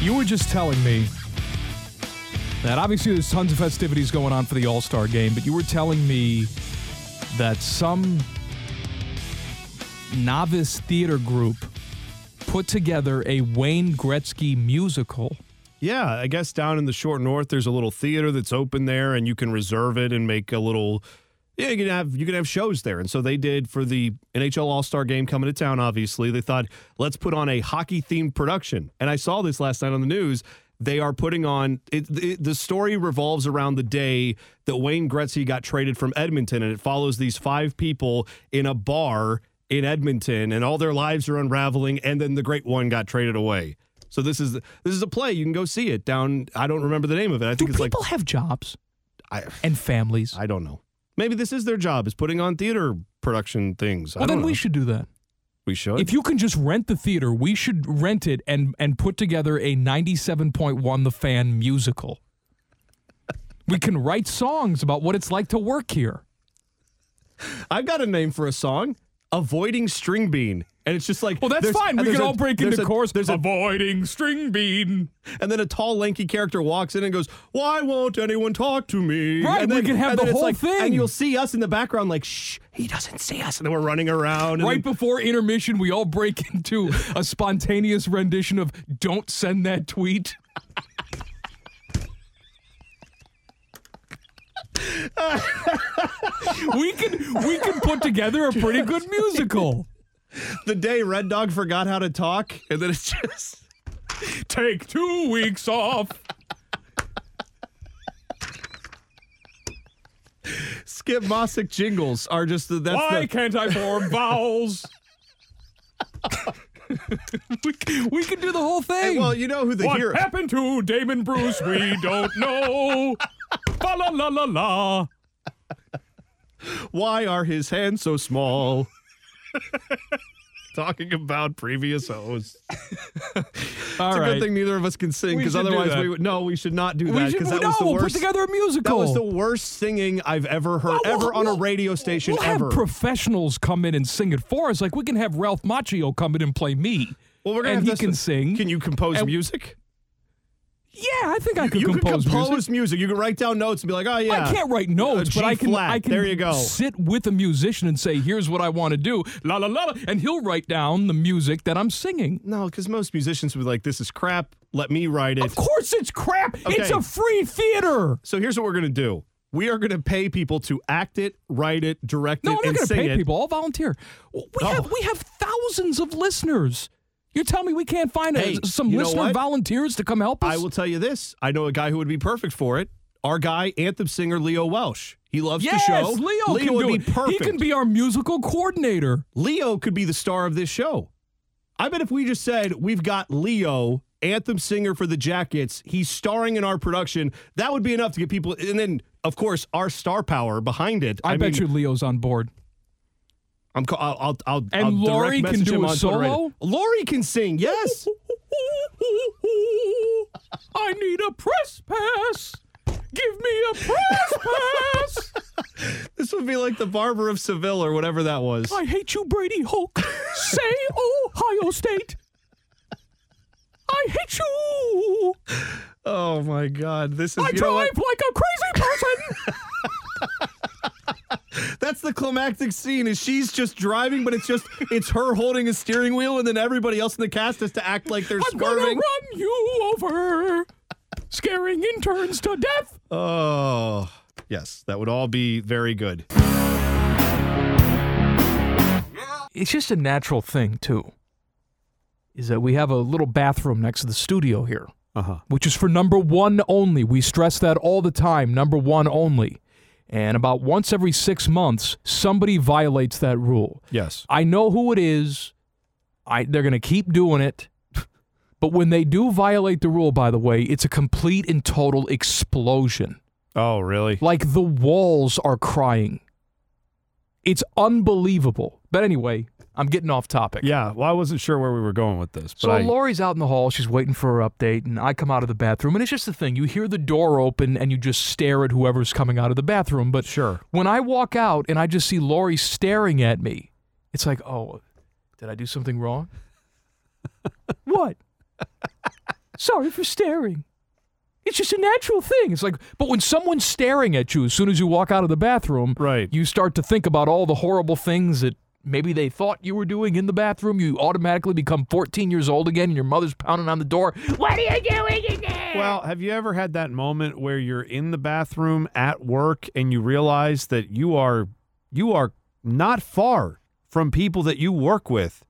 you were just telling me that obviously there's tons of festivities going on for the All Star game, but you were telling me that some novice theater group put together a Wayne Gretzky musical. Yeah, I guess down in the short north, there's a little theater that's open there, and you can reserve it and make a little. Yeah, you can have you can have shows there, and so they did for the NHL All Star Game coming to town. Obviously, they thought let's put on a hockey themed production, and I saw this last night on the news. They are putting on it, it- The story revolves around the day that Wayne Gretzky got traded from Edmonton, and it follows these five people in a bar in Edmonton, and all their lives are unraveling. And then the great one got traded away. So this is this is a play. You can go see it down. I don't remember the name of it. I Do think it's people like have jobs I and families? I don't know. Maybe this is their job is putting on theater production things. I well, don't then know. we should do that. we should. If you can just rent the theater, we should rent it and and put together a 97.1 The Fan musical. we can write songs about what it's like to work here. I've got a name for a song, avoiding string bean, and it's just like Well, that's there's- fine. and We there's can a- all break there's into a- chorus. There's a avoiding string bean. and then a tall lanky character walks in and goes, "Why won't anyone talk to me?" Right, And we then, can have and the then it's whole like- thing. And you'll see us in the background like, "Shh, he doesn't see us," and then we're running around. and Right then- before intermission, we all break into a spontaneous rendition of "Don't send that tweet." we can we can put together a pretty good musical. the day Red Dog forgot how to talk, and then it's just. Take two weeks off. Skip Mossick jingles are just the that's Why the, can't I form vowels? we, c- we can do the whole thing. well you know who the what hero happened to Damon Bruce? We don't know. Fa la la la la. why are his hands so small talking about previous hosts All it's a right. good thing neither of us can sing We because should do otherwise that. we would no we should not do we that should, because that no, was the we'll worst put together a that musical. was the worst singing I've ever heard Well, ever we'll- on a we'll- radio station We'll ever have professionals come in and sing it for us. Like we can have Ralph Macchio come in and play me. well we're gonna and have he this- can sing. can you compose And- music yeah, I think I could you compose, can compose music. music. you can write down notes and be like oh yeah I can't write notes, but I can. G-flat. I can. There you go. Sit with a musician and say, "Here's what I want to do." La la la, la," and he'll write down the music that I'm singing. no because most musicians would be like this is crap let me write it Of course, it's crap. It's Okay. a free theater. So here's what we're gonna do. We are gonna pay people to act it, write it, direct No, it, we're not and going to sing pay it. Oh. people. I'll volunteer. We have we have thousands of listeners. You're telling me we can't find a- Hey, some you know listener what? volunteers to come help us? I will tell you this: I know a guy who would be perfect for it. Our guy, anthem singer Leo Welsh. He loves yes, the show. Leo, can would do be it. He perfect. can be our musical coordinator. Leo could be the star of this show. I bet if we just said we've got Leo, anthem singer for the Jackets, he's starring in our production, that would be enough to get people. And then, of course, our star power behind it. I, bet mean, you Leo's on board. I'm. ca- I'll. I'll. I'll And I'll direct Lori can message do him a on Twitter right now. solo? Lori can sing. Yes. I need a press pass. Give me a press pass. This would be like the Barber of Seville or whatever that was. I hate you, Brady Hulk. Say Ohio State. I hate you. Oh my God! This is I you know what? drive like a crazy person. That's the climactic scene. Is she's just driving, but it's just it's her holding a steering wheel, and then everybody else in the cast has to act like they're I'm gonna swerving. run you over, scaring interns to death. Oh, yes, that would all be very good. It's just a natural thing too. Is that we have a little bathroom next to the studio here, Uh-huh. which is for number one only. We stress that all the time, number one only. And about once every six months, somebody violates that rule. Yes. I know who it is. I they're going to keep doing it. But when they do violate the rule, by the way, it's a complete and total explosion. Oh, really? Like the walls are crying. It's unbelievable. But anyway, I'm getting off topic. Yeah. Well, I wasn't sure where we were going with this, but So Lori's out in the hall. She's waiting for her update, and I come out of the bathroom, and it's just the thing. You hear the door open, and you just stare at whoever's coming out of the bathroom. But Sure. when I walk out and I just see Lori staring at me, it's like, oh, did I do something wrong? what? Sorry for staring. It's just a natural thing. It's like, but when someone's staring at you as soon as you walk out of the bathroom, Right. you start to think about all the horrible things that maybe they thought you were doing in the bathroom. You automatically become 14 years old again, and your mother's pounding on the door. What are you doing in there? Well, have you ever had that moment where you're in the bathroom at work and you realize that you are you are not far from people that you work with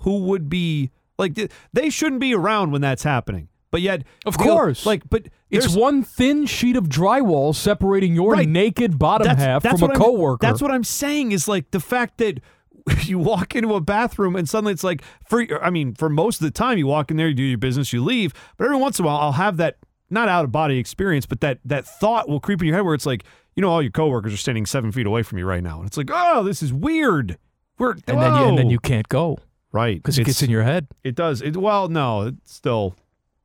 who would be like th- they shouldn't be around when that's happening. But yet Of you know, course. like but it's there's- one thin sheet of drywall separating your Right. naked bottom half from a what I'm- coworker. That's what I'm saying is like the fact that you walk into a bathroom and suddenly it's like for I mean for most of the time you walk in there you do your business you leave but every once in a while I'll have that not out of body experience but that that thought will creep in your head where it's like you know all your coworkers are standing seven feet away from you right now and it's like oh this is weird we're and then, you, and then you can't go right because it It's- gets in your head. it does it well no it's still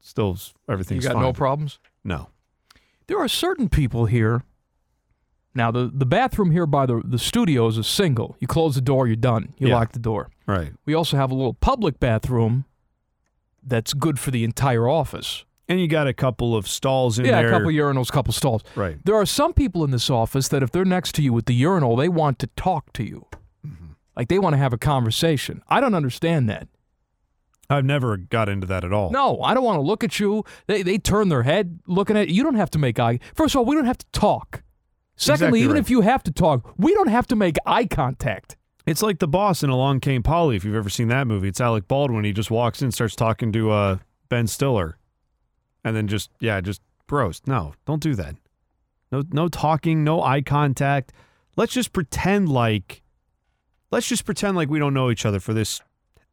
still everything's you got fine. no problems. no There are certain people here. Now the the bathroom here by the the studio is a single. You close the door, you're done. You Yeah. lock the door. right We also have a little public bathroom that's good for the entire office. and you got a couple of stalls in yeah, there a couple urinals, couple stalls. right There are some people in this office that if they're next to you with the urinal, they want to talk to you. Mm-hmm. Like they want to have a conversation. I don't understand that. I've never got into that at all No, I don't want to look at you. They they turn their head looking at you. You don't have to make eye. First of all, we don't have to talk. Secondly, Exactly even right. if you have to talk, we don't have to make eye contact. It's like the boss in Along Came Polly. If you've ever seen that movie, it's Alec Baldwin. He just walks in, starts talking to uh, Ben Stiller, and then just yeah, just gross. No, don't do that. No, no talking, no eye contact. Let's just pretend like, let's just pretend like we don't know each other for this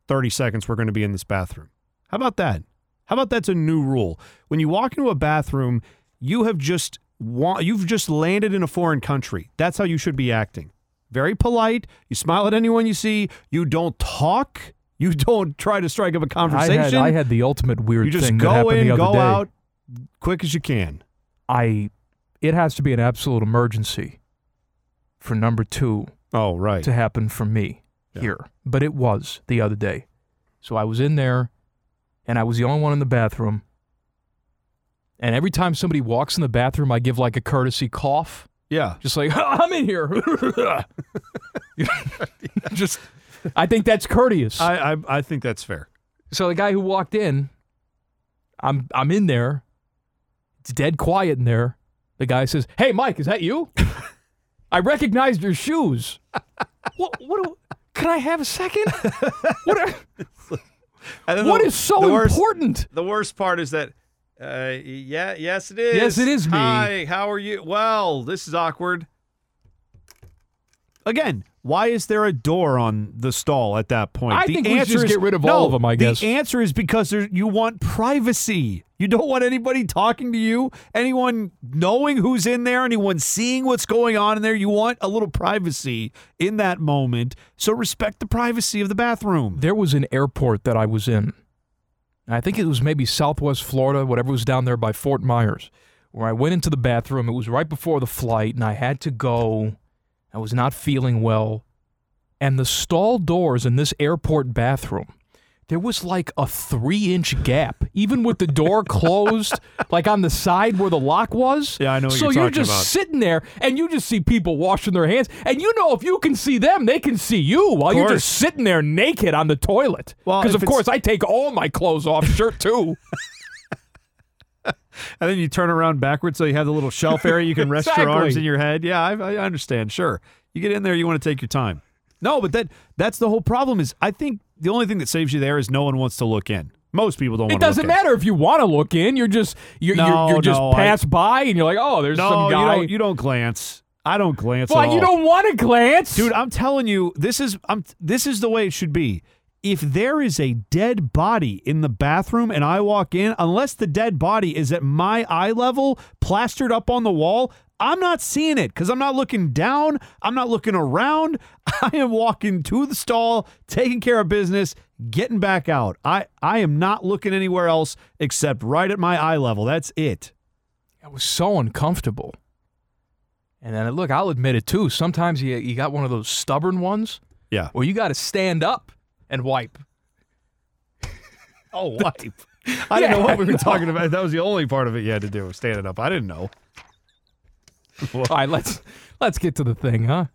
thirty seconds. We're going to be in this bathroom. How about that? How about that's a new rule? When you walk into a bathroom, you have just wa- you've just landed in a foreign country. That's how you should be acting. Very polite. You smile at anyone you see. You don't talk. You don't try to strike up a I conversation. had, I had the ultimate weird you just thing that go happened in, the other go day. out, quick as you can. I it has to be an absolute emergency for number 2 Oh right. to happen for me Yeah. here. But it was the other day. So I was in there and I was the only one in the bathroom. And every time somebody walks in the bathroom, I give like a courtesy cough. Yeah. just like I'm in here. just, I think that's courteous. I, I I think that's fair. so the guy who walked in, I'm I'm in there. It's dead quiet in there. The guy says, "Hey, Mike, is that you? I recognized your shoes. what? What? Do, can I have a second? What? Are, And then what the- is so the worst- important? The worst part is that, uh, yeah, yes, it is. Yes, it is me. Hi, how are you? Well, this is awkward. Again, why is there a door on the stall at that point? I the think we should answer just is- get rid of no, all of 'em, I guess. the answer is because there, you want privacy. You don't want anybody talking to you, anyone knowing who's in there, anyone seeing what's going on in there. You want a little privacy in that moment. So respect the privacy of the bathroom. There was an airport that I was in. I think it was maybe Southwest Florida, whatever was down there by Fort Myers, where I went into the bathroom. It was right before the flight, and I had to go. I was not feeling well. And the stall doors in this airport bathroom, there was like a three inch gap, even with the door closed, like on the side where the lock was. Yeah, I know what So you're you're talking just about. sitting there, and you just see people washing their hands. And you know, if you can see them, they can see you while you're course. just sitting there naked on the toilet. Well, Because, if of it's- course, I take all my clothes off, shirt too. And then you turn around backwards so you have the little shelf area you can rest your arms Exactly. and your head. Yeah, I, I understand. Sure, you get in there, you want to take your time. No, but that that's the whole problem. Is I think the only thing that saves you there is no one wants to look in. Most people don't. It want to doesn't look in. matter if you want to look in. You're just you're No, you're, you're just no, I- pass by, and you're like, oh, there's No, some you guy. don't. You don't glance. I don't glance. at Why you all. don't want to glance, dude. I'm telling you, this is I'm this is the way it should be. If there is a dead body in the bathroom and I walk in, unless the dead body is at my eye level, plastered up on the wall, I'm not seeing it because I'm not looking down. I'm not looking around. I am walking to the stall, taking care of business, getting back out. I I am not looking anywhere else except right at my eye level. That's it. It was so uncomfortable. And then look, I'll admit it too. Sometimes you you got one of those stubborn ones Yeah. where you got to stand up and wipe. Oh, wipe. I didn't know Yeah, what we were no. talking about. That was the only part of it you had to do was standing up. I didn't know. All right, let's let's get to the thing, huh?